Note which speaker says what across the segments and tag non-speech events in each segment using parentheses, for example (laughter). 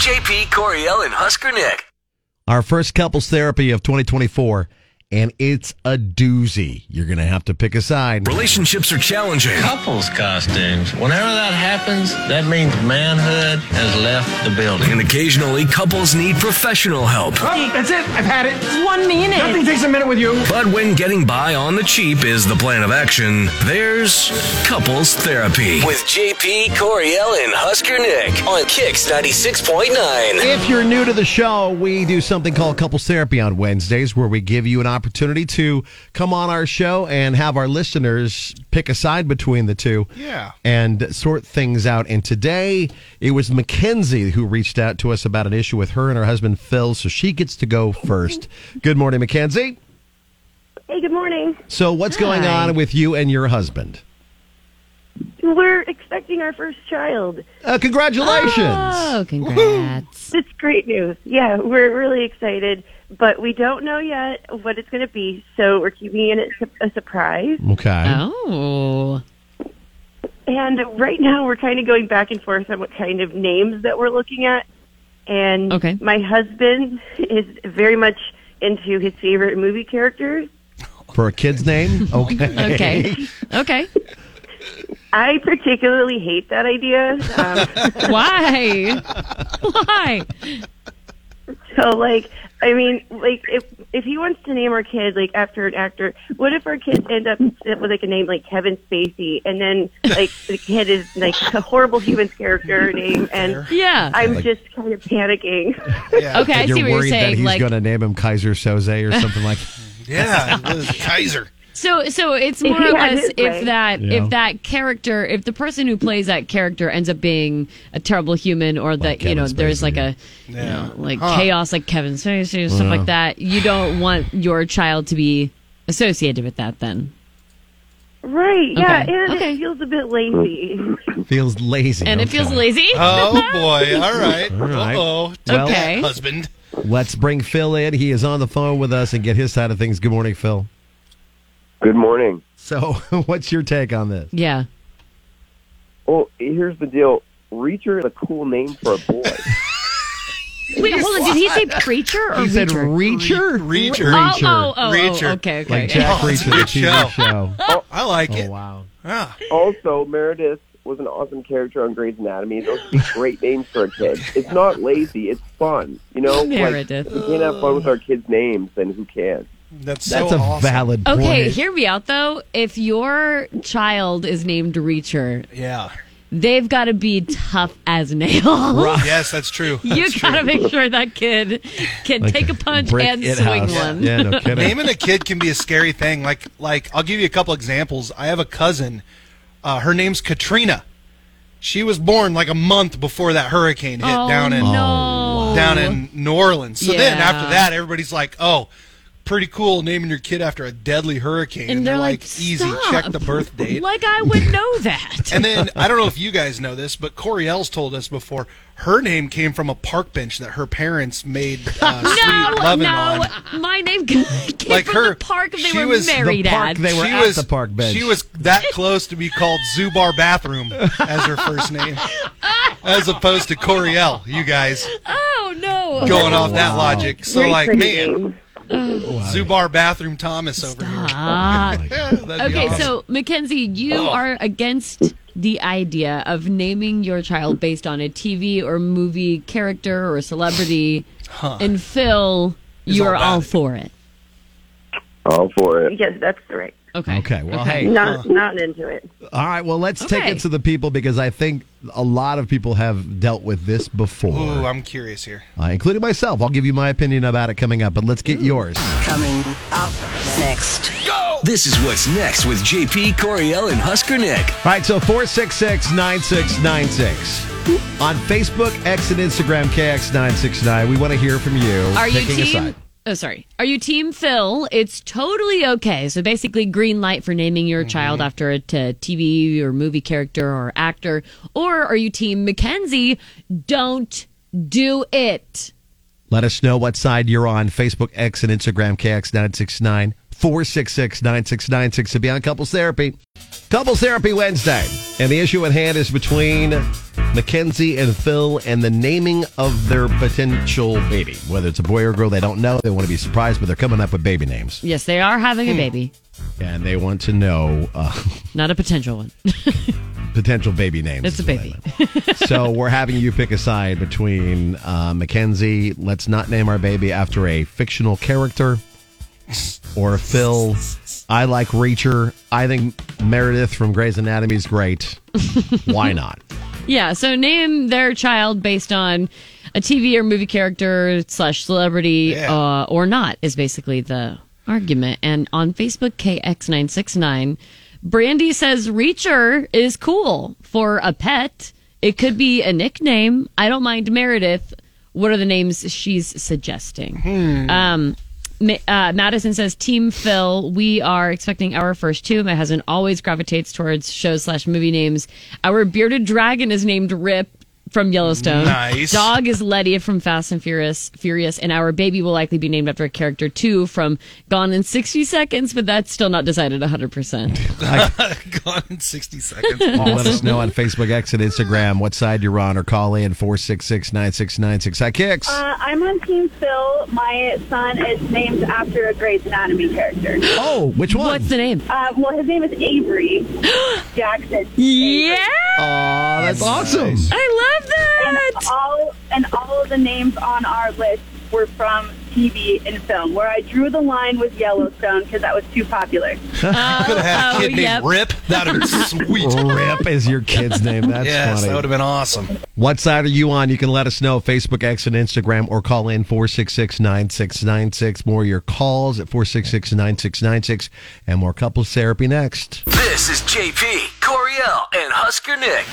Speaker 1: JP Coriel and Husker Nick.
Speaker 2: Our first couples therapy of 2024, and it's a doozy. You're going to have to pick a side.
Speaker 1: Relationships are challenging.
Speaker 3: couples costumes. Whenever that happens, that means manhood has left the building.
Speaker 1: And occasionally, couples need professional help.
Speaker 4: Oh, that's it. I've had it.
Speaker 5: One minute.
Speaker 4: Nothing takes a minute with you.
Speaker 1: But when getting by on the cheap is the plan of action, there's couples therapy. With JP Coriel and Husker Nick on Kicks 96.9.
Speaker 2: If you're new to the show, we do something called Couples Therapy on Wednesdays where we give you an opportunity to come on our show and have our listeners pick a side between the two.
Speaker 6: Yeah.
Speaker 2: And sort things out. And today it was Mackenzie who reached out to us about an issue with her and her husband Phil, so she gets to go first. Good morning, Mackenzie.
Speaker 7: Hey, good morning.
Speaker 2: So what's going
Speaker 5: Hi.
Speaker 2: on with you and your husband?
Speaker 7: We're expecting our first child.
Speaker 2: Uh, congratulations. Ah.
Speaker 5: Oh, congrats.
Speaker 7: It's great news. Yeah, we're really excited, but we don't know yet what it's going to be, so we're keeping it a surprise.
Speaker 2: Okay.
Speaker 5: Oh.
Speaker 7: And right now, we're kind of going back and forth on what kind of names that we're looking at. And
Speaker 5: Okay.
Speaker 7: my husband is very much into his favorite movie characters.
Speaker 2: For a kid's
Speaker 5: (laughs)
Speaker 2: name? (laughs) Okay.
Speaker 5: Oh. Okay. Okay.
Speaker 7: I particularly hate that idea. Um,
Speaker 5: Why? Why?
Speaker 7: so, like, I mean, like, if if he wants to name our kid like after an actor, what if our kids end up with like a name like Kevin Spacey, and then like the kid is like a horrible human character name, and
Speaker 5: Yeah.
Speaker 7: I'm just kind of panicking.
Speaker 6: Yeah.
Speaker 5: okay, I
Speaker 2: you're
Speaker 5: see what you're
Speaker 2: worried
Speaker 5: saying.
Speaker 2: that he's
Speaker 5: like,
Speaker 2: going to name him Kaiser Soze or something
Speaker 5: (laughs)
Speaker 2: like
Speaker 6: (laughs) Yeah. (laughs) it was Kaiser.
Speaker 5: so, so it's more or
Speaker 7: Yeah, it
Speaker 5: less
Speaker 7: is
Speaker 5: if
Speaker 7: right.
Speaker 5: that
Speaker 2: Yeah.
Speaker 5: if that character, if the person who plays that character ends up being a terrible human, or that you
Speaker 2: Kevin
Speaker 5: know
Speaker 2: Spacey.
Speaker 5: there's like a
Speaker 6: Yeah.
Speaker 5: you know, like
Speaker 6: Huh.
Speaker 5: chaos, like Kevin Spacey, or stuff like that. You don't want your child to be associated with that. Then
Speaker 7: Right? Yeah,
Speaker 5: Okay,
Speaker 7: and
Speaker 5: okay.
Speaker 7: it feels a bit lazy. (laughs)
Speaker 2: feels lazy.
Speaker 5: and it feels
Speaker 2: Okay.
Speaker 5: lazy.
Speaker 6: Oh boy. All right.
Speaker 2: right.
Speaker 6: Uh-oh.
Speaker 2: Well-
Speaker 5: Okay.
Speaker 6: Husband.
Speaker 2: Let's bring Phil in. He is on the phone with us and get his side of things. Good morning, Phil.
Speaker 8: Good morning.
Speaker 2: So, (laughs) what's your take on this?
Speaker 5: (laughs) Yeah.
Speaker 8: Well, here's the deal. Reacher is a cool name for a boy.
Speaker 5: Wait, hold on. Did he say preacher or
Speaker 2: He said Reacher?
Speaker 6: Reacher.
Speaker 5: Oh,
Speaker 2: Reacher.
Speaker 5: oh, oh,
Speaker 6: Reacher.
Speaker 5: oh, okay, okay.
Speaker 2: Like Jack
Speaker 6: Oh, it's
Speaker 2: Reacher,
Speaker 6: a
Speaker 2: the
Speaker 6: good
Speaker 2: TV show.
Speaker 6: show. I like
Speaker 2: Oh,
Speaker 6: it.
Speaker 2: wow.
Speaker 6: Ah,
Speaker 8: also, Meredith was an awesome character on Grey's Anatomy. Those would be great names for a kid. It's not lazy. It's fun. You know,
Speaker 5: Meredith.
Speaker 8: Like, if we can't have fun with our kids' names, then who can?
Speaker 6: that's so
Speaker 2: That's a
Speaker 6: awesome.
Speaker 2: valid point.
Speaker 5: Okay, hear me out though. If your child is named Reacher,
Speaker 6: yeah.
Speaker 5: they've got to be tough as nails.
Speaker 6: (laughs) Yes,
Speaker 2: (laughs)
Speaker 6: that's true.
Speaker 5: (laughs) You
Speaker 6: That's
Speaker 5: got to
Speaker 6: true.
Speaker 5: make sure that kid can
Speaker 2: Like
Speaker 5: take a punch
Speaker 2: brick
Speaker 5: and
Speaker 2: it
Speaker 5: swing
Speaker 2: house.
Speaker 5: one.
Speaker 2: Yeah,
Speaker 5: (laughs)
Speaker 2: no kidding.
Speaker 6: Naming a kid can be a scary thing. Like, like I'll give you a couple examples. I have a cousin. Uh, her name's Katrina. She was born like a month before that hurricane hit
Speaker 5: Oh,
Speaker 6: down in
Speaker 5: no.
Speaker 6: down in New Orleans. So then
Speaker 5: Yeah.
Speaker 6: after that, everybody's like, "Oh, pretty cool naming your kid after a deadly hurricane."
Speaker 5: And they're like,
Speaker 6: "Easy, check
Speaker 5: "Stop."
Speaker 6: the
Speaker 5: (laughs)
Speaker 6: birth date."
Speaker 5: Like I would know that.
Speaker 6: (laughs) And then I don't know if you guys know this, but Coriel's told us before her name came from a park bench that her parents made uh,
Speaker 5: (laughs) no,
Speaker 6: sweet loving
Speaker 5: no,
Speaker 6: on.
Speaker 5: my name came
Speaker 6: Like
Speaker 5: from
Speaker 6: her,
Speaker 5: the park they
Speaker 6: she
Speaker 5: were
Speaker 6: was the
Speaker 5: married
Speaker 2: park
Speaker 5: at.
Speaker 2: they were at the park bench.
Speaker 6: She was that close to be called Zubar Bathroom as her first
Speaker 5: (laughs)
Speaker 6: name, as opposed to Coriel. You guys
Speaker 5: oh no!
Speaker 6: going off that logic? So
Speaker 7: Very
Speaker 6: like,
Speaker 7: pretty
Speaker 6: man,
Speaker 7: name.
Speaker 6: Zubar Bathroom Thomas over here.
Speaker 5: Ah.
Speaker 6: Yeah, that'd be
Speaker 5: Okay,
Speaker 6: awesome.
Speaker 5: so Mackenzie, you are against the idea of naming your child based on a TV or movie character or celebrity, and Phil, you're
Speaker 6: all about
Speaker 5: all
Speaker 6: it.
Speaker 5: for it.
Speaker 8: All for it.
Speaker 7: Yes, that's right.
Speaker 5: Okay.
Speaker 2: Okay, well, hey,
Speaker 7: Not not into it.
Speaker 2: All right, well, let's take
Speaker 5: Okay.
Speaker 2: it to the people because I think a lot of people have dealt with this before,
Speaker 6: Ooh, I'm curious here. (laughs)
Speaker 2: uh, including myself. I'll give you my opinion about it coming up, but let's get yours.
Speaker 9: Coming up next.
Speaker 1: This is what's next with JP Coriel and Husker Nick.
Speaker 2: All right, so 466 9696. On Facebook, X, and Instagram, KX969, we want to hear from you.
Speaker 5: Are you
Speaker 2: picking a
Speaker 5: team?
Speaker 2: side.
Speaker 5: Oh, sorry. Are you team Phil? It's totally okay. So basically, green light for naming your
Speaker 2: Mm-hmm.
Speaker 5: child after a t- TV or movie character or actor. Or are you team Mackenzie? Don't do it.
Speaker 2: Let us know what side you're on. Facebook, X, and Instagram, KX969. 466 9696 to be on Couples Therapy. Couples Therapy Wednesday. And the issue at hand is between Mackenzie and Phil and the naming of their potential baby. Whether it's a boy or a girl, they don't know. They want to be surprised, but they're coming up with baby names.
Speaker 5: Yes, they are having
Speaker 2: Hmm.
Speaker 5: a baby,
Speaker 2: And they want to know uh, (laughs)
Speaker 5: not a potential one. (laughs)
Speaker 2: potential baby names.
Speaker 5: It's a
Speaker 2: is what I
Speaker 5: baby.
Speaker 2: meant. so
Speaker 5: (laughs)
Speaker 2: we're having you pick a side between uh, Mackenzie, let's not name our baby after a fictional character, or Phil, I like Reacher. I think Meredith from Grey's Anatomy is great. Why
Speaker 5: (laughs)
Speaker 2: not?
Speaker 5: Yeah, so name their child based on a TV or movie character slash celebrity
Speaker 6: Yeah.
Speaker 5: uh, or not is basically the argument. And on Facebook, KX969, Brandy says Reacher is cool for a pet. It could be a nickname. I don't mind Meredith. What are the names she's suggesting? Um, Ma- uh, Madison says, Team Phil, we are expecting our first two. My husband always gravitates towards show slash movie names. Our bearded dragon is named Rip from Yellowstone.
Speaker 6: Nice.
Speaker 5: Dog is Letty from Fast and Furious. Furious, and our baby will likely be named after a character too from Gone in 60 Seconds, but that's still not decided 100%.
Speaker 6: Gone in 60 seconds.
Speaker 5: Oh,
Speaker 2: Well, let us know on Facebook, X, and Instagram what side you're on, or call in 466 9696. Hi, Kicks.
Speaker 10: Uh, I'm on Team Phil. My son is named after a Grey's Anatomy character.
Speaker 2: Oh, which one?
Speaker 5: What's the name?
Speaker 10: Uh, well, his name is Avery Jackson.
Speaker 5: Yeah!
Speaker 2: Aw, that's awesome.
Speaker 5: I love
Speaker 10: And
Speaker 5: that!
Speaker 10: all and all of the names on our list were from TV and film. Where I drew the line was Yellowstone because that was too popular.
Speaker 6: Could have had a
Speaker 5: oh,
Speaker 6: kid
Speaker 5: yep. Oh,
Speaker 6: named Rip. That would have
Speaker 5: (laughs)
Speaker 6: been sweet.
Speaker 2: Rip is your kid's name. That's
Speaker 6: yes,
Speaker 2: funny.
Speaker 6: that would have been awesome.
Speaker 2: What side are you on? You can let us know. Facebook, X, and Instagram, or call in 466 9696. More of your calls at 466 9696. And more couples therapy next.
Speaker 1: This is JP, Coriel, and Husker Nick.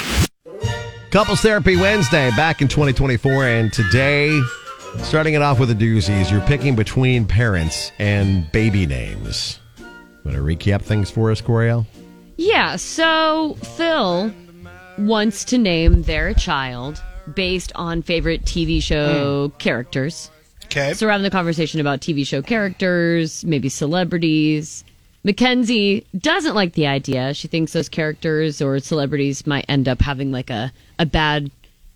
Speaker 2: Couples Therapy Wednesday back in 2024. And today, starting it off with a doozy, is you're picking between parents and baby names. Want to recap things for us, Coriel?
Speaker 5: Yeah, so Phil wants to name their child based on favorite TV show characters.
Speaker 6: Okay.
Speaker 5: So we're having the conversation about TV show characters, maybe celebrities. Mackenzie doesn't like the idea. She thinks those characters or celebrities might end up having like a, a bad (sighs)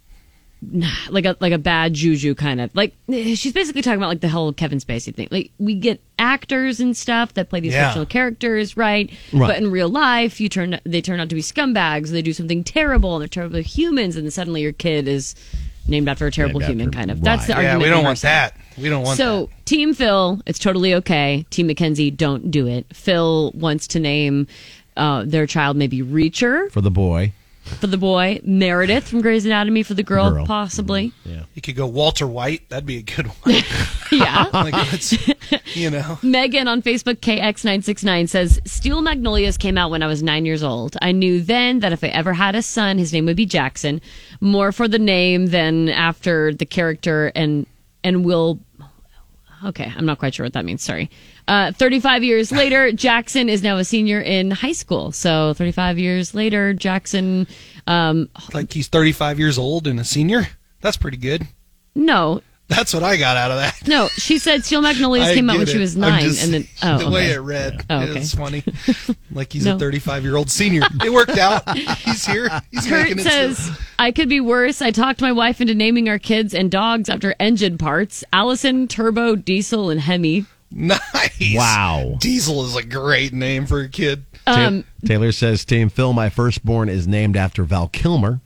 Speaker 5: like a like a bad juju kind of like (sighs) eh, she's basically talking about like the whole Kevin Spacey thing. Like we get actors and stuff that play these
Speaker 6: Yeah.
Speaker 5: fictional characters, right?
Speaker 2: Right.
Speaker 5: But in real life, you turn they turn out to be scumbags. They do something terrible, and they're terrible humans, and then suddenly your kid is named after a terrible
Speaker 2: after-
Speaker 5: human. kind of that's the
Speaker 2: right.
Speaker 6: yeah,
Speaker 5: argument.
Speaker 6: we
Speaker 5: in
Speaker 6: don't
Speaker 5: her
Speaker 6: want
Speaker 5: side.
Speaker 6: that. We don't want
Speaker 5: So, Team Phil, it's totally okay. Team Mackenzie, don't do it. Phil wants to name uh, their child maybe Reacher
Speaker 2: For the boy.
Speaker 5: for the boy, Meredith from Grey's Anatomy for the girl,
Speaker 2: Girl.
Speaker 5: possibly.
Speaker 6: that. You could go Walter White. That'd be a good one. (laughs)
Speaker 5: Yeah. (laughs)
Speaker 6: like, it's, you know.
Speaker 5: Megan on Facebook KX969 says Steel Magnolias came out when I was 9 years old. I knew then that if I ever had a son, his name would be Jackson, more for the name than after the character and and will Okay, I'm not quite sure what that means. Sorry. Uh, 35
Speaker 6: (laughs)
Speaker 5: years later, Jackson is now a senior in high school. So 35 years later, Jackson um
Speaker 6: Like he's 35 years old and a senior. That's pretty good.
Speaker 5: no,
Speaker 6: That's what I got out of that.
Speaker 5: no, she said Steel Magnolias
Speaker 6: I
Speaker 5: came out
Speaker 6: get
Speaker 5: when she
Speaker 6: it.
Speaker 5: was
Speaker 6: I'm
Speaker 5: 9
Speaker 6: just-
Speaker 5: and then oh,
Speaker 6: (laughs) the way
Speaker 5: okay.
Speaker 6: it read,
Speaker 5: Oh, okay.
Speaker 6: it's
Speaker 5: (laughs)
Speaker 6: funny. Like he's
Speaker 5: No.
Speaker 6: a 35 year old senior. It worked out. He's here. He's
Speaker 5: Kurt
Speaker 6: making it.
Speaker 5: says, I could be worse. I talked my wife into naming our kids and dogs after engine parts Allison, Turbo, Diesel, and Hemi.
Speaker 6: nice.
Speaker 2: Wow.
Speaker 6: Diesel is a great name for a kid.
Speaker 5: Oh,
Speaker 2: Ta- Taylor says, Team Phil, my firstborn is named after Val Kilmer.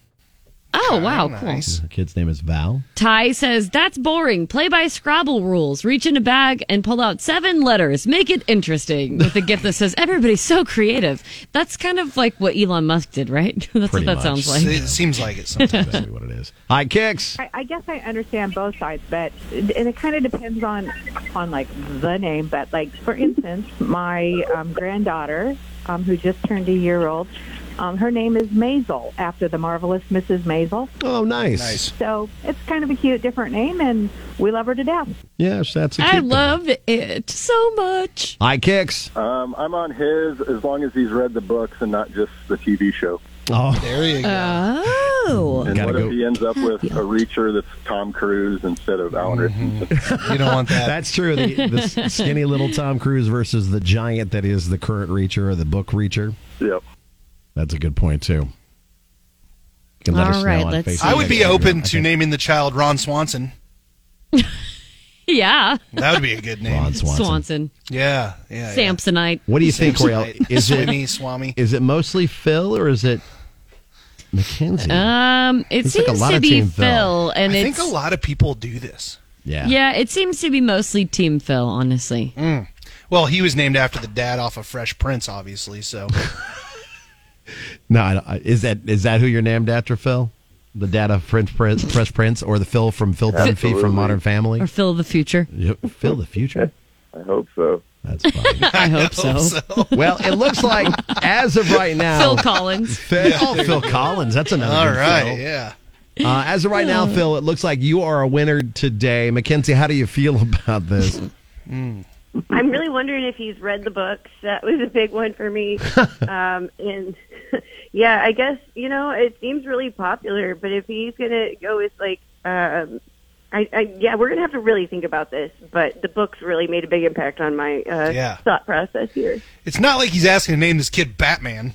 Speaker 5: Oh, wow. Cool.
Speaker 2: Her kid's name is Val.
Speaker 5: Ty says, That's boring. Play by Scrabble rules. Reach in a bag and pull out seven letters. Make it interesting. With a gift that says, Everybody's so creative. That's kind of like what Elon Musk did, right? (laughs) That's
Speaker 2: Pretty
Speaker 5: what that
Speaker 2: much.
Speaker 5: sounds (laughs) like.
Speaker 6: It seems like it sometimes.
Speaker 2: That's what it is. Hi, Kicks.
Speaker 10: I, I guess I understand both sides, but it, it kind of depends on on like the name. But like for instance, my um, granddaughter, um, who just turned a year old, um, her name is Maisel after the marvelous Mrs. Maisel.
Speaker 2: Oh, nice.
Speaker 6: nice.
Speaker 10: So it's kind of a cute, different name, and we love her to death.
Speaker 2: Yes, that's a cute
Speaker 5: I
Speaker 2: thing.
Speaker 5: love it so much.
Speaker 2: Hi, Kicks.
Speaker 6: Oh.
Speaker 11: Um, I'm on his as long as he's read the books and not just the TV show.
Speaker 2: Oh,
Speaker 5: Uh.
Speaker 6: There you go.
Speaker 5: No.
Speaker 11: And what if he ends up with a reacher that's Tom Cruise instead of Alan Richardson?
Speaker 2: You don't want that. That's true. The, the
Speaker 5: (laughs)
Speaker 2: s- skinny little Tom Cruise versus the giant that is the current reacher or the book reacher.
Speaker 11: Yep.
Speaker 2: That's a good point too. You can let us
Speaker 5: All right,
Speaker 2: know on
Speaker 5: let's
Speaker 2: Facebook.
Speaker 5: see.
Speaker 6: I would be open to naming the child Ron Swanson.
Speaker 5: Yeah.
Speaker 6: That would be a good name. Ron
Speaker 5: Swanson.
Speaker 6: Yeah, yeah. yeah.
Speaker 5: Samsonite.
Speaker 2: What do you think, Royale? Is it
Speaker 6: Swimmy, Swami?
Speaker 2: Is it mostly Phil or is it Mackenzie?
Speaker 5: Um, it
Speaker 2: Looks like
Speaker 5: seems
Speaker 2: a lot
Speaker 5: to
Speaker 2: of
Speaker 5: be
Speaker 2: Team
Speaker 5: Phil,
Speaker 2: Phil.
Speaker 5: and
Speaker 6: I
Speaker 5: it's
Speaker 6: think a lot of people do this.
Speaker 2: yeah.
Speaker 5: yeah, it seems to be mostly Team Phil, honestly.
Speaker 6: Mm. Well, he was named after the dad off of Fresh Prince, obviously.
Speaker 5: (laughs)
Speaker 6: So
Speaker 2: No, I don't, I- is that is that who you're named after, Phil? The dad of French Prince, Fresh Prince, or the Phil from Phil Dunphy
Speaker 11: Absolutely.
Speaker 2: from Modern Family?
Speaker 5: Or Phil of
Speaker 2: (laughs)
Speaker 5: the future.
Speaker 2: Yep. Phil the future.
Speaker 11: I hope so.
Speaker 2: That's fine.
Speaker 5: I hope so.
Speaker 2: (laughs) well, it looks like as of right now, (laughs)
Speaker 5: Phil Collins.
Speaker 2: Phil, oh, Phil Collins. That's another.
Speaker 6: all
Speaker 2: good
Speaker 6: right,
Speaker 2: Phil.
Speaker 6: yeah.
Speaker 2: Uh, as of right now, Phil, it looks like you are a winner today. Mackenzie, how do you feel (laughs) about this?
Speaker 7: I'm really wondering if he's read the books. That was a big one for
Speaker 10: (laughs)
Speaker 7: me. um, and (laughs) yeah, I guess you know it seems really popular. But if he's gonna go with like, um, I, I yeah, we're gonna have to really think about this. But the books really made a big impact on my uh,
Speaker 6: Yeah.
Speaker 7: thought process here.
Speaker 6: It's not like he's asking to name this kid Batman,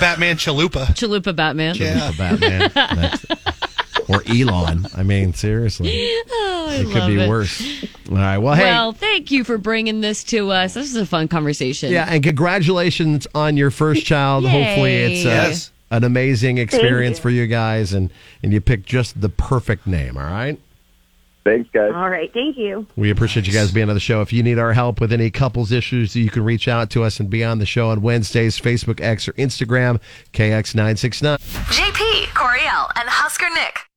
Speaker 6: Batman Chalupa.
Speaker 5: Chalupa Batman.
Speaker 6: Yeah.
Speaker 2: Batman. That's- or Elon. I mean, seriously.
Speaker 5: Oh, (laughs) I
Speaker 2: It could
Speaker 5: love
Speaker 2: be
Speaker 5: it.
Speaker 2: worse. All right. Well, hey.
Speaker 5: Well, thank you for bringing this to us. This is a fun conversation.
Speaker 2: yeah, and congratulations on your first child.
Speaker 5: Yay.
Speaker 2: Hopefully, it's uh,
Speaker 6: Yes.
Speaker 2: an amazing experience
Speaker 7: you.
Speaker 2: for you guys, and, and you picked just the perfect name, all right?
Speaker 11: Thanks, guys.
Speaker 7: All right, thank you.
Speaker 2: We appreciate you guys being on the show. If you need our help with any couples issues, you can reach out to us and be on the show on Wednesdays, Facebook, X, or Instagram, KX969.
Speaker 12: JP, Coriel, and Husker Nick.